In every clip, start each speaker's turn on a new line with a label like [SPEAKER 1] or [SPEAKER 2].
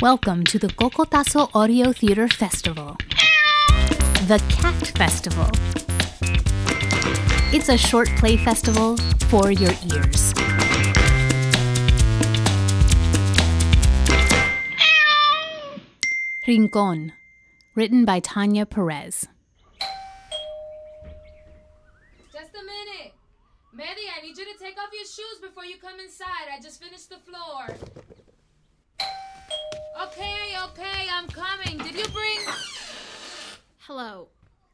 [SPEAKER 1] Welcome to the Kokotaso Audio Theater Festival. The Cat Festival. It's a short play festival for your ears. Rincon, written by Tanya Perez.
[SPEAKER 2] Just a minute. Mandy, I need you to take off your shoes before you come inside. I just finished the floor. Okay, okay, I'm coming. Did you bring.
[SPEAKER 3] Hello.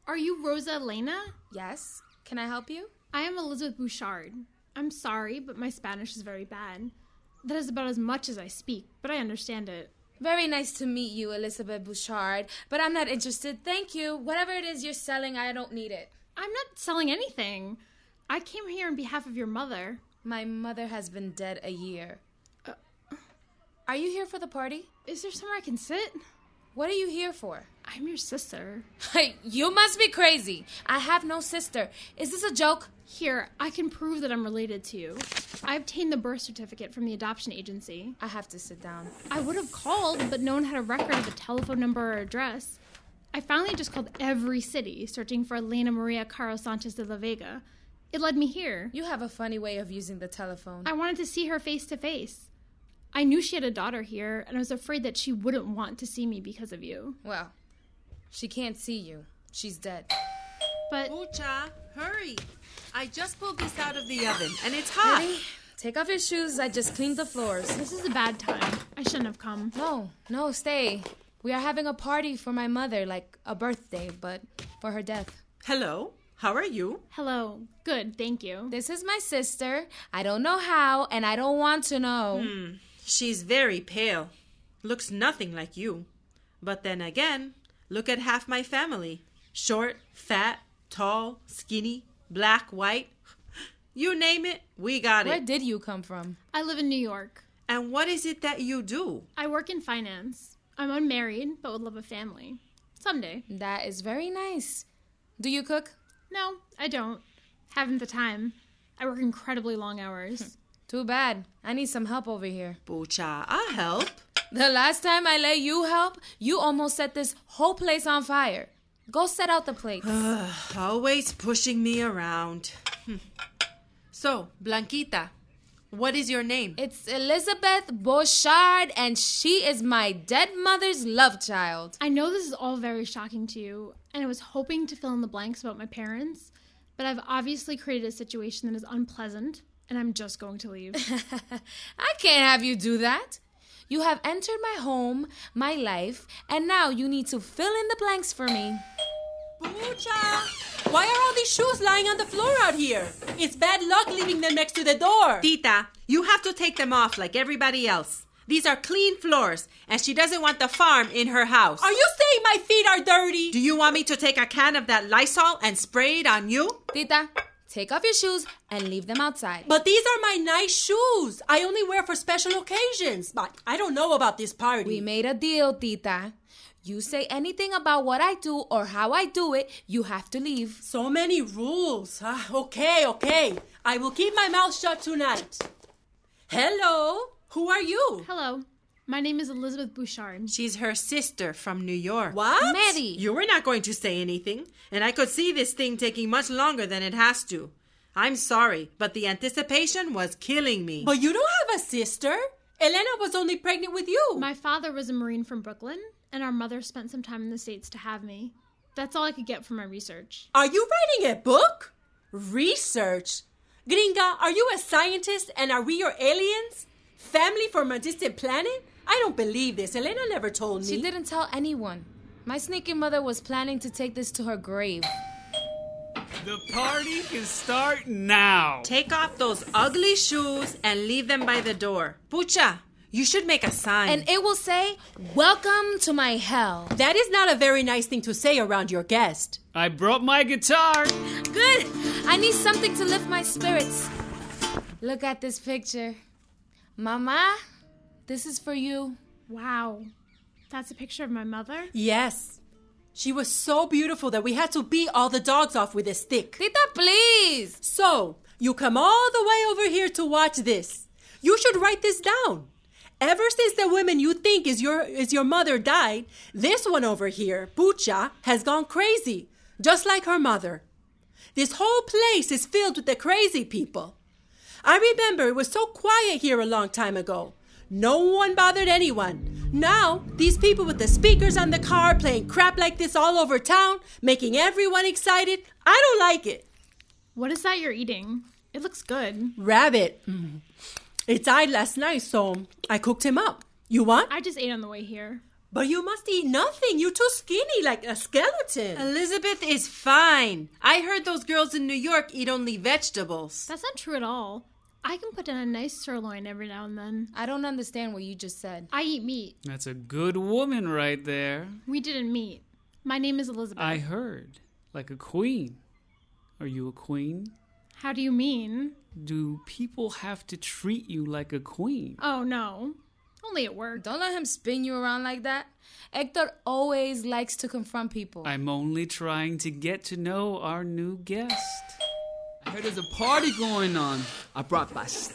[SPEAKER 3] Are you Rosa Elena?
[SPEAKER 2] Yes. Can I help you?
[SPEAKER 3] I am Elizabeth Bouchard. I'm sorry, but my Spanish is very bad. That is about as much as I speak, but I understand it.
[SPEAKER 2] Very nice to meet you, Elizabeth Bouchard, but I'm not interested. Thank you. Whatever it is you're selling, I don't need it.
[SPEAKER 3] I'm not selling anything. I came here on behalf of your mother.
[SPEAKER 2] My mother has been dead a year. Uh, Are you here for the party?
[SPEAKER 3] Is there somewhere I can sit?
[SPEAKER 2] What are you here for?
[SPEAKER 3] I'm your sister.
[SPEAKER 2] you must be crazy. I have no sister. Is this a joke?
[SPEAKER 3] Here, I can prove that I'm related to you. I obtained the birth certificate from the adoption agency.
[SPEAKER 2] I have to sit down.
[SPEAKER 3] I would have called, but no one had a record of a telephone number or address. I finally just called every city, searching for Elena Maria Caro Sanchez de la Vega. It led me here.
[SPEAKER 2] You have a funny way of using the telephone.
[SPEAKER 3] I wanted to see her face to face. I knew she had a daughter here, and I was afraid that she wouldn't want to see me because of you.
[SPEAKER 2] Well, she can't see you. She's dead.
[SPEAKER 3] But
[SPEAKER 4] Ucha, hurry! I just pulled this out of the oven, and it's hot.
[SPEAKER 2] Take off your shoes. I just cleaned the floors.
[SPEAKER 3] this is a bad time. I shouldn't have come.
[SPEAKER 2] No, no, stay. We are having a party for my mother, like a birthday, but for her death.
[SPEAKER 4] Hello, how are you?
[SPEAKER 3] Hello. Good, thank you.
[SPEAKER 2] This is my sister. I don't know how, and I don't want to know.
[SPEAKER 4] She's very pale. Looks nothing like you. But then again, look at half my family short, fat, tall, skinny, black, white. You name it, we got
[SPEAKER 2] Where
[SPEAKER 4] it.
[SPEAKER 2] did you come from?
[SPEAKER 3] I live in New York.
[SPEAKER 4] And what is it that you do?
[SPEAKER 3] I work in finance. I'm unmarried, but would love a family. Someday.
[SPEAKER 2] That is very nice. Do you cook?
[SPEAKER 3] No, I don't. Haven't the time. I work incredibly long hours.
[SPEAKER 2] Too bad. I need some help over here.
[SPEAKER 4] Pucha, I'll help.
[SPEAKER 2] The last time I let you help, you almost set this whole place on fire. Go set out the plates.
[SPEAKER 4] Always pushing me around. Hmm. So, Blanquita, what is your name?
[SPEAKER 2] It's Elizabeth Bouchard, and she is my dead mother's love child.
[SPEAKER 3] I know this is all very shocking to you, and I was hoping to fill in the blanks about my parents, but I've obviously created a situation that is unpleasant, and I'm just going to leave.
[SPEAKER 2] I can't have you do that. You have entered my home, my life, and now you need to fill in the blanks for me.
[SPEAKER 5] Why are all these shoes lying on the floor out here? It's bad luck leaving them next to the door.
[SPEAKER 4] Tita, you have to take them off like everybody else. These are clean floors, and she doesn't want the farm in her house.
[SPEAKER 5] Are you saying my feet are dirty?
[SPEAKER 4] Do you want me to take a can of that Lysol and spray it on you?
[SPEAKER 2] Tita, take off your shoes and leave them outside.
[SPEAKER 5] But these are my nice shoes. I only wear for special occasions. But I don't know about this
[SPEAKER 2] We
[SPEAKER 5] party.
[SPEAKER 2] made a deal, Tita. You say anything about what I do or how I do it, you have to leave.
[SPEAKER 5] so many rules. Ah, okay, okay. I will keep my mouth shut tonight. Hello. Who are you?
[SPEAKER 3] Hello, my name is Elizabeth Bouchard.
[SPEAKER 4] She's her sister from New York.
[SPEAKER 5] What?
[SPEAKER 2] Mary,
[SPEAKER 4] You were not going to say anything, and I could see this thing taking much longer than it has to. I'm sorry, but the anticipation was killing me.
[SPEAKER 5] But you don't have a sister. Elena was only pregnant with you.
[SPEAKER 3] My father was a Marine from Brooklyn, and our mother spent some time in the States to have me. That's all I could get from my research.
[SPEAKER 5] Are you writing a book? Research? Gringa, are you a scientist and are we your aliens? Family from a distant planet? I don't believe this. Elena never told me.
[SPEAKER 2] she didn't tell anyone. My sneaking mother was planning to take this to her grave.
[SPEAKER 6] The party can start now.
[SPEAKER 4] Take off those ugly shoes and leave them by the door. Pucha, you should make a sign.
[SPEAKER 2] And it will say, Welcome to my hell.
[SPEAKER 5] That is not a very nice thing to say around your guest.
[SPEAKER 6] I brought my guitar.
[SPEAKER 2] Good! I need something to lift my spirits. Look at this picture. Mama, this is for you.
[SPEAKER 3] Wow, that's a picture of my mother?
[SPEAKER 5] Yes. She was so beautiful that we had to beat all the dogs off with a stick.
[SPEAKER 2] Tita, please!
[SPEAKER 5] So, you come all the way over here to watch this. You should write this down. Ever since the woman you think is your is your mother died, this one over here, Pucha, has gone crazy, just like her mother. This whole place is filled with the crazy people. I remember it was so quiet here a long time ago. No one bothered anyone. Now, these people with the speakers on the car playing crap like this all over town, making everyone excited, I don't like it.
[SPEAKER 3] What is that you're eating? It looks good.
[SPEAKER 5] Rabbit. It died last night, so I cooked him up. You want?
[SPEAKER 3] I just ate on the way here.
[SPEAKER 5] But you must eat nothing. You're too skinny, like a skeleton.
[SPEAKER 4] Elizabeth is fine. I heard those girls in New York eat only vegetables.
[SPEAKER 3] That's not true at all. I can put in a nice sirloin every now and then.
[SPEAKER 2] I don't understand what you just said.
[SPEAKER 3] I eat meat.
[SPEAKER 6] That's a good woman right there.
[SPEAKER 3] We didn't meet. My name is Elizabeth.
[SPEAKER 6] I heard. Like a queen. Are you a queen?
[SPEAKER 3] How do you mean?
[SPEAKER 6] Do people have to treat you like a queen?
[SPEAKER 3] Oh no. Only at work.
[SPEAKER 2] Don't let him spin you around like that. Hector always likes to confront people.
[SPEAKER 6] I'm only trying to get to know our new guest. I heard there's a party going on. I brought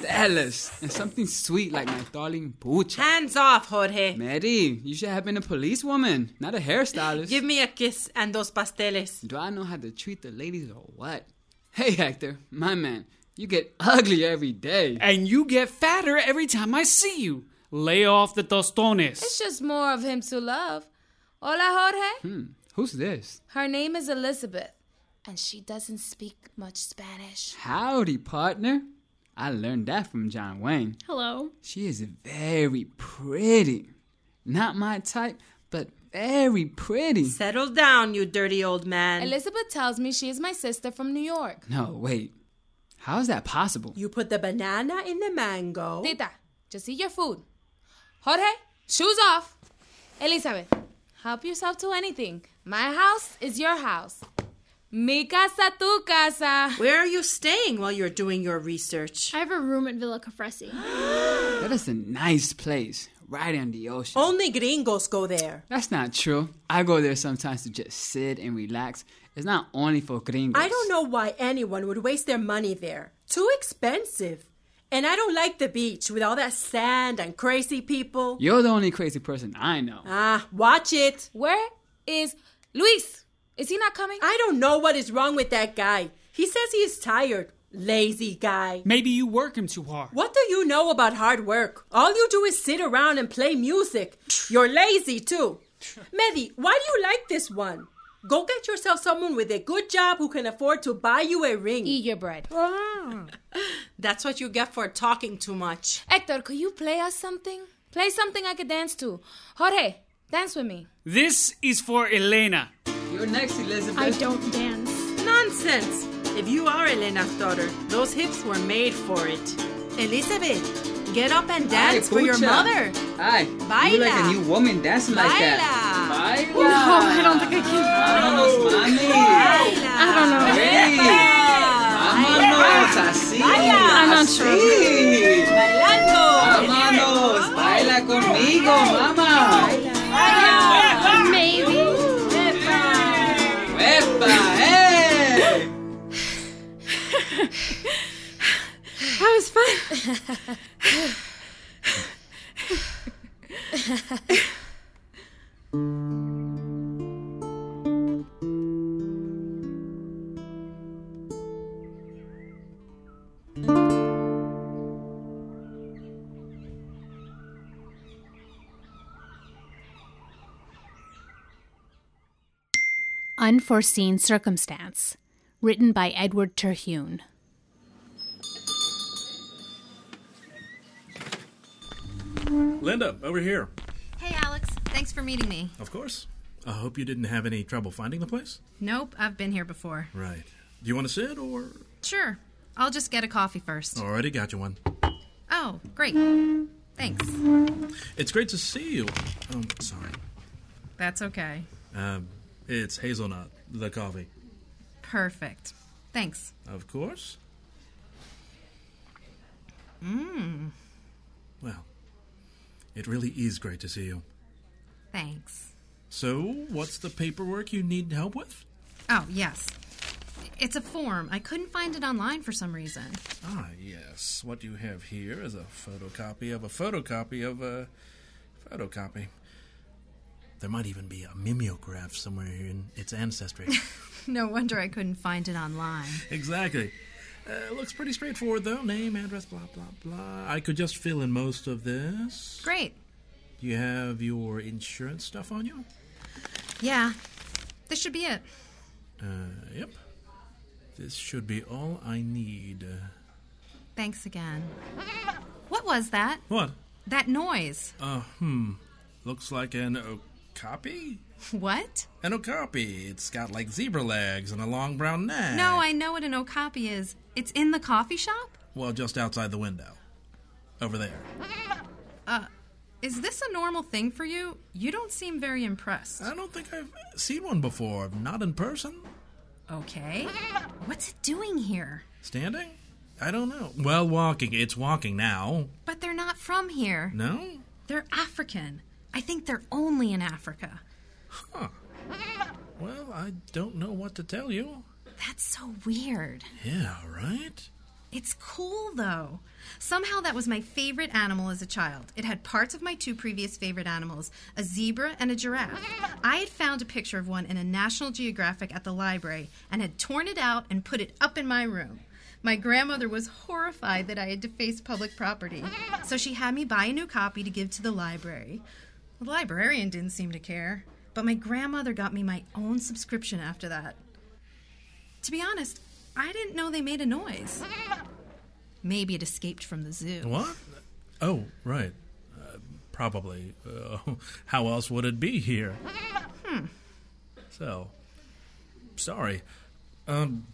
[SPEAKER 6] pastelas and something sweet like my darling bucha.
[SPEAKER 4] Hands off, Jorge.
[SPEAKER 7] Mary, you should have been a policewoman, not a hairstylist.
[SPEAKER 4] Give me a kiss and those pasteles.
[SPEAKER 7] Do I know how to treat the ladies or what? Hey, Hector, my man, you get ugly every day.
[SPEAKER 6] And you get fatter every time I see you. Lay off the tostones.
[SPEAKER 2] It's just more of him to love. Hola, Jorge.
[SPEAKER 7] Who's this?
[SPEAKER 2] Her name is Elizabeth, and she doesn't speak much Spanish.
[SPEAKER 7] Howdy, partner. I learned that from John Wayne.
[SPEAKER 3] Hello.
[SPEAKER 7] She is very pretty. Not my type, but very pretty.
[SPEAKER 4] Settle down, you dirty old man.
[SPEAKER 2] Elizabeth tells me she is my sister from New York.
[SPEAKER 7] No, wait. How is that possible?
[SPEAKER 5] You put the banana in the mango.
[SPEAKER 2] Tita, just eat your food. Jorge, shoes off. Elizabeth, help yourself to anything. My house is your house. Mi casa, tu casa.
[SPEAKER 4] Where are you staying while you're doing your research?
[SPEAKER 3] I have a room at Villa Cafresi.
[SPEAKER 7] That is a nice place, right on the ocean.
[SPEAKER 5] Only gringos go there.
[SPEAKER 7] That's not true. I go there sometimes to just sit and relax. It's not only for gringos.
[SPEAKER 5] I don't know why anyone would waste their money there. Too expensive. And I don't like the beach with all that sand and crazy people.
[SPEAKER 7] You're the only crazy person I know.
[SPEAKER 5] Ah, watch it.
[SPEAKER 2] Where is Luis? Is he not coming?
[SPEAKER 5] I don't know what is wrong with that guy. He says he is tired. Lazy guy.
[SPEAKER 6] Maybe you work him too hard.
[SPEAKER 5] What do you know about hard work? All you do is sit around and play music. You're lazy too. Mehdi, why do you like this one? Go get yourself someone with a good job who can afford to buy you a ring.
[SPEAKER 2] Eat your bread.
[SPEAKER 4] That's what you get for talking too much.
[SPEAKER 2] Hector, could you play us something? Play something I could dance to. Jorge, dance with me.
[SPEAKER 6] This is for Elena.
[SPEAKER 7] You're next, Elizabeth.
[SPEAKER 3] I don't dance.
[SPEAKER 4] Nonsense! If you are Elena's daughter, those hips were made for it. Elizabeth, get up and dance for your mother.
[SPEAKER 7] Hi.
[SPEAKER 4] Baila.
[SPEAKER 7] You're like a new woman dancing like that. Baila. I don't think I can. Vámonos, mami.
[SPEAKER 4] Baila.
[SPEAKER 7] Hey. Vámonos, así.
[SPEAKER 3] I'm not sure.
[SPEAKER 7] Sí.
[SPEAKER 4] Bailando.
[SPEAKER 7] Vámonos. Baila conmigo, mamá.
[SPEAKER 3] Maybe.
[SPEAKER 7] Epa, eh. hey.
[SPEAKER 5] That was fun.
[SPEAKER 1] Unforeseen Circumstance. Written by Edward Terhune.
[SPEAKER 8] Linda, over here.
[SPEAKER 9] Hey, Alex. Thanks for meeting me.
[SPEAKER 8] Of course. I hope you didn't have any trouble finding the place.
[SPEAKER 9] Nope, I've been here before.
[SPEAKER 8] Right. Do you want to sit or?
[SPEAKER 9] Sure. I'll just get a coffee first.
[SPEAKER 8] Already got you one.
[SPEAKER 9] Oh, great. Thanks.
[SPEAKER 8] It's great to see you. Um, sorry.
[SPEAKER 9] That's okay.
[SPEAKER 8] Um, it's hazelnut, the coffee.
[SPEAKER 9] Perfect. Thanks.
[SPEAKER 8] Of course. Mmm. Well, it really is great to see you.
[SPEAKER 9] Thanks.
[SPEAKER 8] So, what's the paperwork you need help with?
[SPEAKER 9] Oh, yes. It's a form. I couldn't find it online for some reason.
[SPEAKER 8] Ah, yes. What you have here is a photocopy of a photocopy of a photocopy. There might even be a mimeograph somewhere here in its ancestry.
[SPEAKER 9] No wonder I couldn't find it online.
[SPEAKER 8] exactly. Uh, looks pretty straightforward, though. Name, address, blah, blah, blah. I could just fill in most of this.
[SPEAKER 9] Great.
[SPEAKER 8] You have your insurance stuff on you?
[SPEAKER 9] Yeah. This should be it.
[SPEAKER 8] Uh, yep. This should be all I need. Uh,
[SPEAKER 9] Thanks again. What was that?
[SPEAKER 8] What?
[SPEAKER 9] That noise.
[SPEAKER 8] Uh, hmm. Looks like an uh, okapi?
[SPEAKER 9] What?
[SPEAKER 8] An okapi. It's got like zebra legs and a long brown neck.
[SPEAKER 9] No, I know what an okapi is. It's in the coffee shop?
[SPEAKER 8] Well, just outside the window. Over there.
[SPEAKER 9] Is this a normal thing for you? You don't seem very impressed.
[SPEAKER 8] I don't think I've seen one before. Not in person.
[SPEAKER 9] Okay. What's it doing here?
[SPEAKER 8] Standing? I don't know. Well, walking. It's walking now.
[SPEAKER 9] But they're not from here.
[SPEAKER 8] No?
[SPEAKER 9] They're African. I think they're only in Africa.
[SPEAKER 8] Well, I don't know what to tell you.
[SPEAKER 9] That's so weird.
[SPEAKER 8] Yeah, right?
[SPEAKER 9] It's cool though. Somehow that was my favorite animal as a child. It had parts of my two previous favorite animals, a zebra and a giraffe. I had found a picture of one in a National Geographic at the library and had torn it out and put it up in my room. My grandmother was horrified that I had defaced public property, so she had me buy a new copy to give to the library. The librarian didn't seem to care, but my grandmother got me my own subscription after that. To be honest, I didn't know they made a noise. Maybe it escaped from the zoo.
[SPEAKER 8] What? Oh, right. Uh, probably. Uh, how else would it be here? Hmm. So, sorry. Um,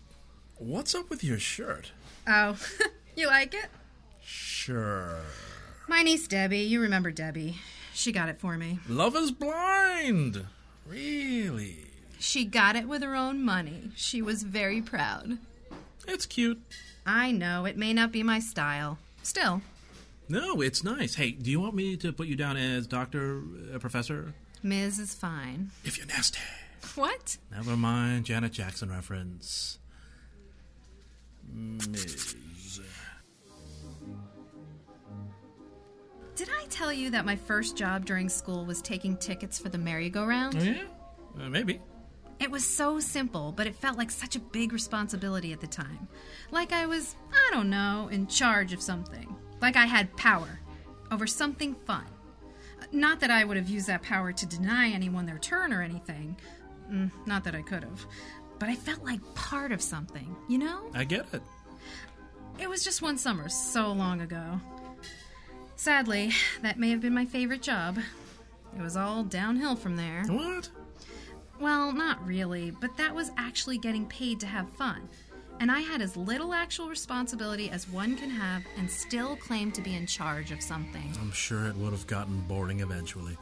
[SPEAKER 8] what's up with your shirt?
[SPEAKER 9] Oh, you like it?
[SPEAKER 8] Sure.
[SPEAKER 9] My niece Debbie, you remember Debbie. She got it for me.
[SPEAKER 8] Love is blind. Really?
[SPEAKER 9] She got it with her own money. She was very proud.
[SPEAKER 8] It's cute.
[SPEAKER 9] I know, it may not be my style. Still,
[SPEAKER 8] No, it's nice. Hey, do you want me to put you down as doctor, uh, professor?
[SPEAKER 9] Ms. is fine.
[SPEAKER 8] If you're nasty.
[SPEAKER 9] What?
[SPEAKER 8] Never mind, Janet Jackson reference. Ms.
[SPEAKER 9] Did I tell you that my first job during school was taking tickets for the merry-go-round?
[SPEAKER 8] Oh, yeah? Uh, maybe.
[SPEAKER 9] It was so simple, but it felt like such a big responsibility at the time. Like I was, I don't know, in charge of something. Like I had power over something fun. Not that I would have used that power to deny anyone their turn or anything. Mm, not that I could have. But I felt like part of something, you know?
[SPEAKER 8] I get it.
[SPEAKER 9] It was just one summer, so long ago. Sadly, that may have been my favorite job. It was all downhill from there.
[SPEAKER 8] What?
[SPEAKER 9] Well, not really, but that was actually getting paid to have fun. And I had as little actual responsibility as one can have and still claim to be in charge of something.
[SPEAKER 8] I'm sure it would have gotten boring eventually.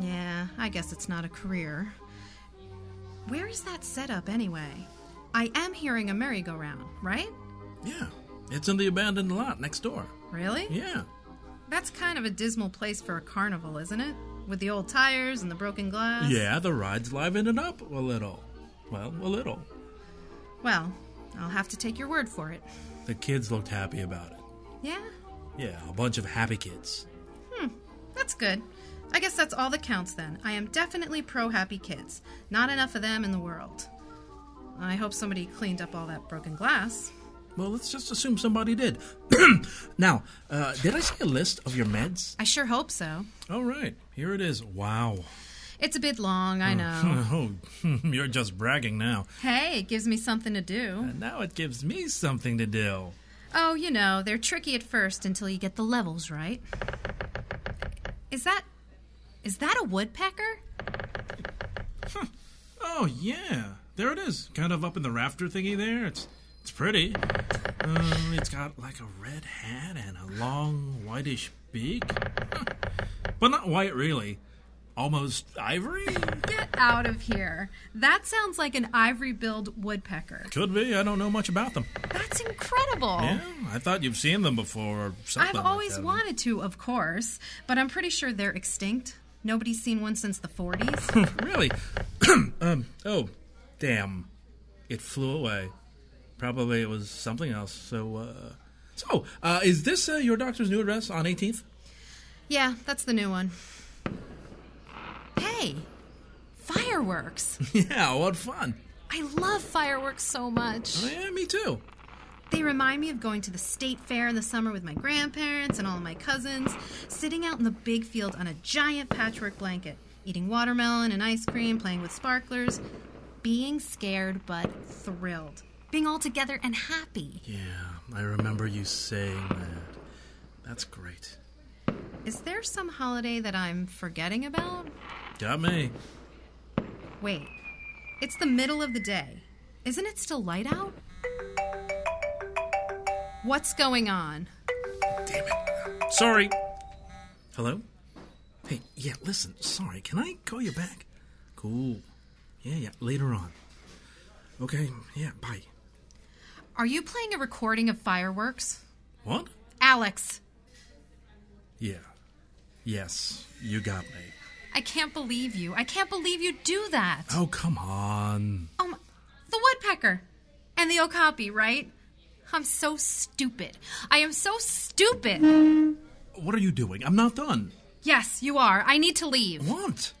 [SPEAKER 9] Yeah, I guess it's not a career. Where is that set up anyway? I am hearing a merry-go-round, right?
[SPEAKER 8] Yeah. It's in the abandoned lot next door.
[SPEAKER 9] Really?
[SPEAKER 8] Yeah.
[SPEAKER 9] That's kind of a dismal place for a carnival, isn't it? With the old tires and the broken glass.
[SPEAKER 8] Yeah, the ride's livened it up a little. Well, a little.
[SPEAKER 9] Well, I'll have to take your word for it.
[SPEAKER 8] The kids looked happy about it.
[SPEAKER 9] Yeah,
[SPEAKER 8] Yeah, a bunch of happy kids.
[SPEAKER 9] that's good. I guess that's all that counts then. I am definitely pro happy kids. Not enough of them in the world. I hope somebody cleaned up all that broken glass.
[SPEAKER 8] Well, let's just assume somebody did. now, uh, did I see a list of your meds?
[SPEAKER 9] I sure hope so.
[SPEAKER 8] All right, here it is. Wow.
[SPEAKER 9] It's a bit long, I know.
[SPEAKER 8] Oh, you're just bragging now.
[SPEAKER 9] hey, it gives me something to do.
[SPEAKER 8] And now it gives me something to do.
[SPEAKER 9] Oh, you know, they're tricky at first until you get the levels right. Is that. is that a woodpecker?
[SPEAKER 8] Oh yeah, there it is. Kind of up in the rafter thingy there. It's it's pretty. Um, it's got like a red hat and a long whitish beak, Huh. but not white really. Almost ivory.
[SPEAKER 9] Get out of here. That sounds like an ivory billed woodpecker.
[SPEAKER 8] Could be. I don't know much about them.
[SPEAKER 9] That's incredible.
[SPEAKER 8] Yeah, I thought you've seen them before or something.
[SPEAKER 9] Oh. I've
[SPEAKER 8] like
[SPEAKER 9] always
[SPEAKER 8] that.
[SPEAKER 9] wanted to, of course, but I'm pretty sure they're extinct. Nobody's seen one since the 40s.
[SPEAKER 8] Really? um. Oh, damn! It flew away. Probably it was something else. So, uh, so uh, is this uh, your doctor's new address on 18th?
[SPEAKER 9] Yeah, that's the new one. Hey, fireworks.
[SPEAKER 8] yeah, what fun.
[SPEAKER 9] I love fireworks so much.
[SPEAKER 8] Oh, yeah, me too.
[SPEAKER 9] They remind me of going to the state fair in the summer with my grandparents and all of my cousins, sitting out in the big field on a giant patchwork blanket, eating watermelon and ice cream, playing with sparklers, being scared but thrilled, being all together and happy.
[SPEAKER 8] Yeah, I remember you saying that. That's great.
[SPEAKER 9] Is there some holiday that I'm forgetting about?
[SPEAKER 8] Got me.
[SPEAKER 9] Wait, it's the middle of the day. Isn't it still light out? What's going on?
[SPEAKER 8] Damn it. Sorry. Hello? Hey, yeah, listen, sorry. Can I call you back? Cool. Yeah, yeah, later on. Okay, yeah, bye.
[SPEAKER 9] Are you playing a recording of fireworks?
[SPEAKER 8] What?
[SPEAKER 9] Alex,
[SPEAKER 8] Yeah. Yes, you got me.
[SPEAKER 9] I can't believe you. I can't believe you do that.
[SPEAKER 8] Oh, come on.
[SPEAKER 9] Um, the woodpecker and the okapi, right? I'm so stupid. I am so stupid.
[SPEAKER 8] What are you doing? I'm not done.
[SPEAKER 9] Yes, you are. I need to leave.
[SPEAKER 8] What?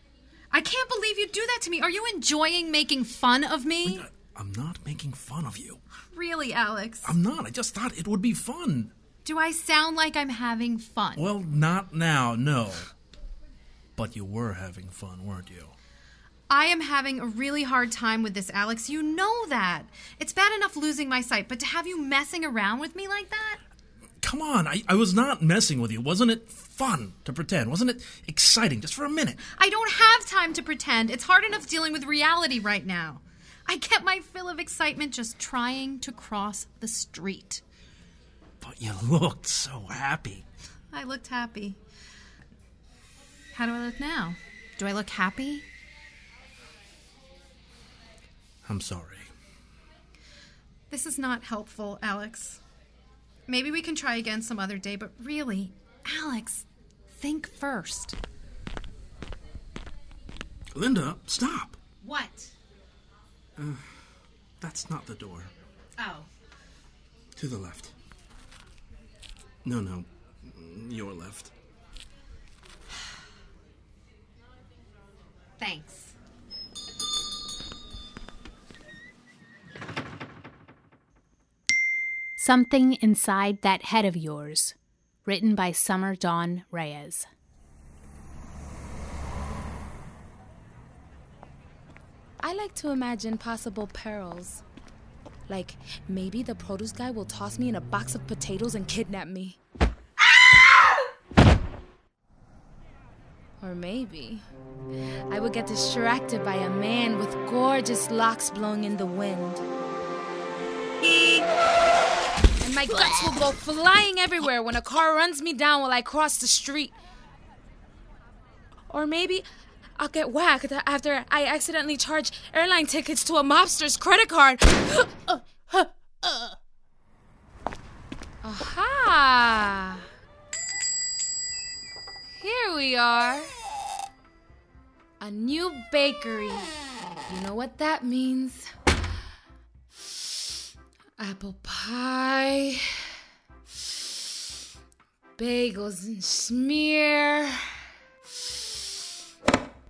[SPEAKER 9] I can't believe you do that to me. Are you enjoying making fun of me?
[SPEAKER 8] I'm not making fun of you.
[SPEAKER 9] Really, Alex?
[SPEAKER 8] I'm not. I just thought it would be fun.
[SPEAKER 9] Do I sound like I'm having fun?
[SPEAKER 8] Well, not now, no. But you were having fun, weren't you?
[SPEAKER 9] I am having a really hard time with this, Alex. You know that. It's bad enough losing my sight, but to have you messing around with me like that?
[SPEAKER 8] Come on, I, I was not messing with you. Wasn't it fun to pretend? Wasn't it exciting just for a minute?
[SPEAKER 9] I don't have time to pretend. It's hard enough dealing with reality right now. I get my fill of excitement just trying to cross the street.
[SPEAKER 8] But you looked so happy.
[SPEAKER 9] I looked happy. How do I look now? Do I look happy?
[SPEAKER 8] I'm sorry.
[SPEAKER 9] This is not helpful, Alex. Maybe we can try again some other day, but really, Alex, think first.
[SPEAKER 8] Linda, stop.
[SPEAKER 9] What?
[SPEAKER 8] That's not the door.
[SPEAKER 9] Oh.
[SPEAKER 8] To the left. No, no. Your left.
[SPEAKER 9] Thanks.
[SPEAKER 1] Something Inside That Head of Yours, written by Summer Dawn Reyes.
[SPEAKER 2] I like to imagine possible perils. Like, maybe the produce guy will toss me in a box of potatoes and kidnap me. Or maybe I would get distracted by a man with gorgeous locks blowing in the wind. And my guts will go flying everywhere when a car runs me down while I cross the street. Or maybe I'll get whacked after I accidentally charge airline tickets to a mobster's credit card. Aha! Here we are. A new bakery. You know what that means. Apple pie. Bagels and smear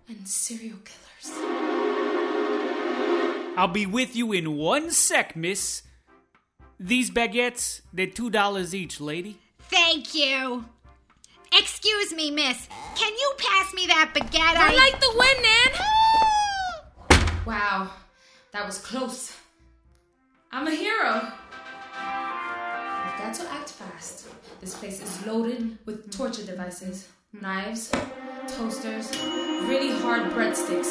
[SPEAKER 2] and serial killers.
[SPEAKER 10] I'll be with you in one sec, miss. These baguettes, they're two dollars each, lady.
[SPEAKER 9] Thank you. Excuse me, miss. Can you pass me that baguette?
[SPEAKER 2] I like the win, Nan. Wow, that was close. I'm a hero. I've got to act fast. This place is loaded with torture devices, knives, toasters, really hard breadsticks.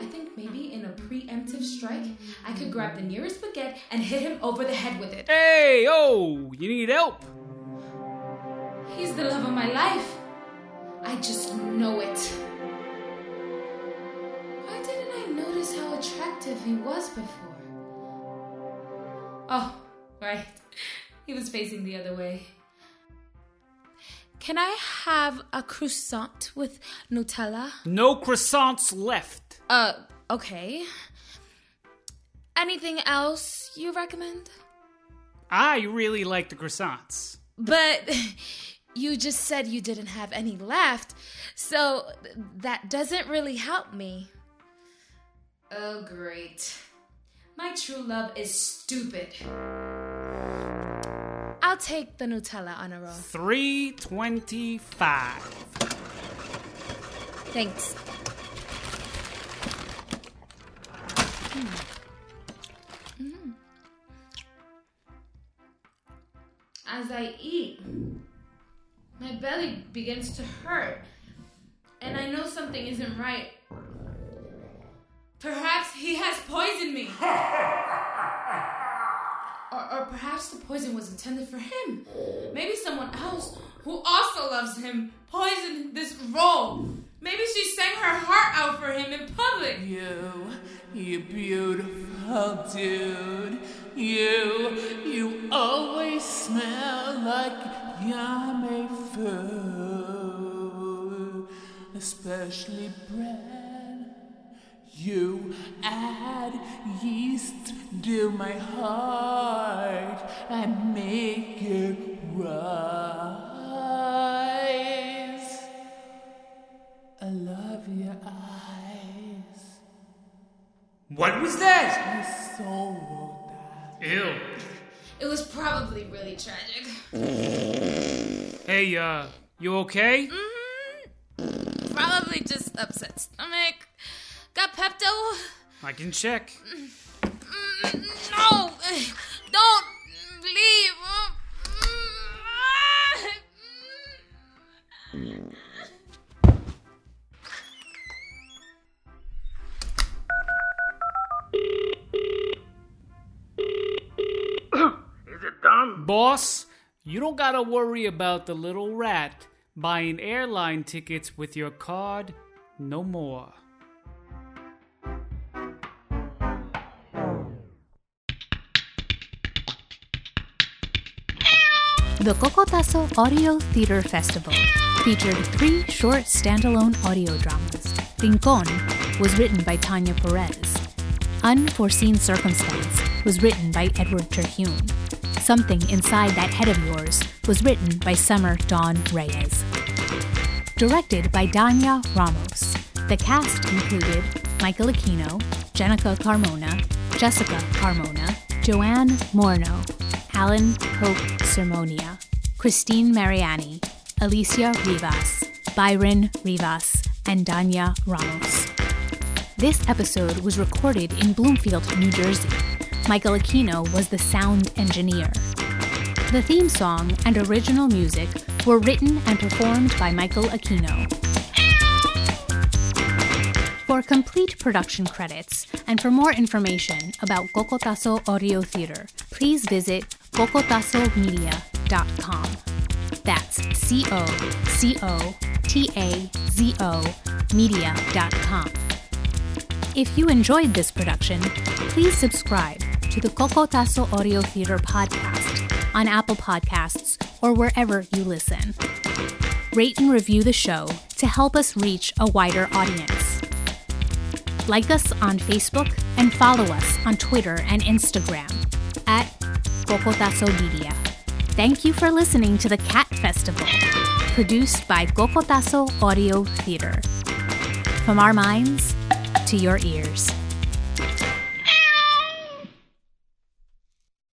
[SPEAKER 2] I think maybe in a preemptive strike, I could grab the nearest baguette and hit him over the head with it.
[SPEAKER 10] Hey, oh, you need help?
[SPEAKER 2] He's the love of my life. I just know it. Why didn't I notice how attractive he was before? Oh, right. He was facing the other way. Can I have a croissant with Nutella?
[SPEAKER 10] No croissants left.
[SPEAKER 2] Uh, okay. Anything else you recommend?
[SPEAKER 10] I really like the croissants.
[SPEAKER 2] But you just said you didn't have any left, so th- that doesn't really help me. Oh, great. My true love is stupid. I'll take the Nutella on a roll.
[SPEAKER 10] 325.
[SPEAKER 2] Thanks. Hmm. As I eat, my belly begins to hurt, and I know something isn't right. Perhaps he has poisoned me. or, or perhaps the poison was intended for him. Maybe someone else who also loves him poisoned this roll. Maybe she sang her heart out for him in public.
[SPEAKER 11] You, you beautiful dude. You, you always smell like yummy food, especially bread. You add yeast to my heart and make it rise. I love your eyes.
[SPEAKER 10] What was that?
[SPEAKER 11] I so
[SPEAKER 10] Ew.
[SPEAKER 2] It was probably really tragic.
[SPEAKER 10] Hey, uh, you okay?
[SPEAKER 2] Mm. Probably just upset stomach. Got Pepto?
[SPEAKER 10] I can check.
[SPEAKER 2] Mm, No! Don't leave! Mm, ah.
[SPEAKER 12] Is it done?
[SPEAKER 10] Boss, you don't gotta worry about the little rat buying airline tickets with your card no more.
[SPEAKER 1] The Cocotazo Audio Theater Festival featured three short standalone audio dramas. Rincon was written by Tanya Perez. Unforeseen Circumstance was written by Edward Terhune. Something Inside That Head of Yours was written by Summer Dawn Reyes. Directed by Danya Ramos. The cast included Michael Aquino, Jenica Carmona, Jessica Carmona, Joanne Morno, Alan Pope Sermonia, Christine Mariani, Alicia Rivas, Byron Rivas, and Danya Ramos. This episode was recorded in Bloomfield, New Jersey. Michael Aquino was the sound engineer. The theme song and original music were written and performed by Michael Aquino. For complete production credits and for more information about Cocotazo Audio Theater, please visit cocotazomedia.com. That's C O C O T A Z O media.com. If you enjoyed this production, please subscribe to the Cocotazo Audio Theater podcast on Apple Podcasts or wherever you listen. Rate and review the show to help us reach a wider audience. Like us on Facebook and follow us on Twitter and Instagram at Cocotazo Media. Thank you for listening to the Cat Festival, produced by Cocotazo Audio Theater. From our minds to your ears.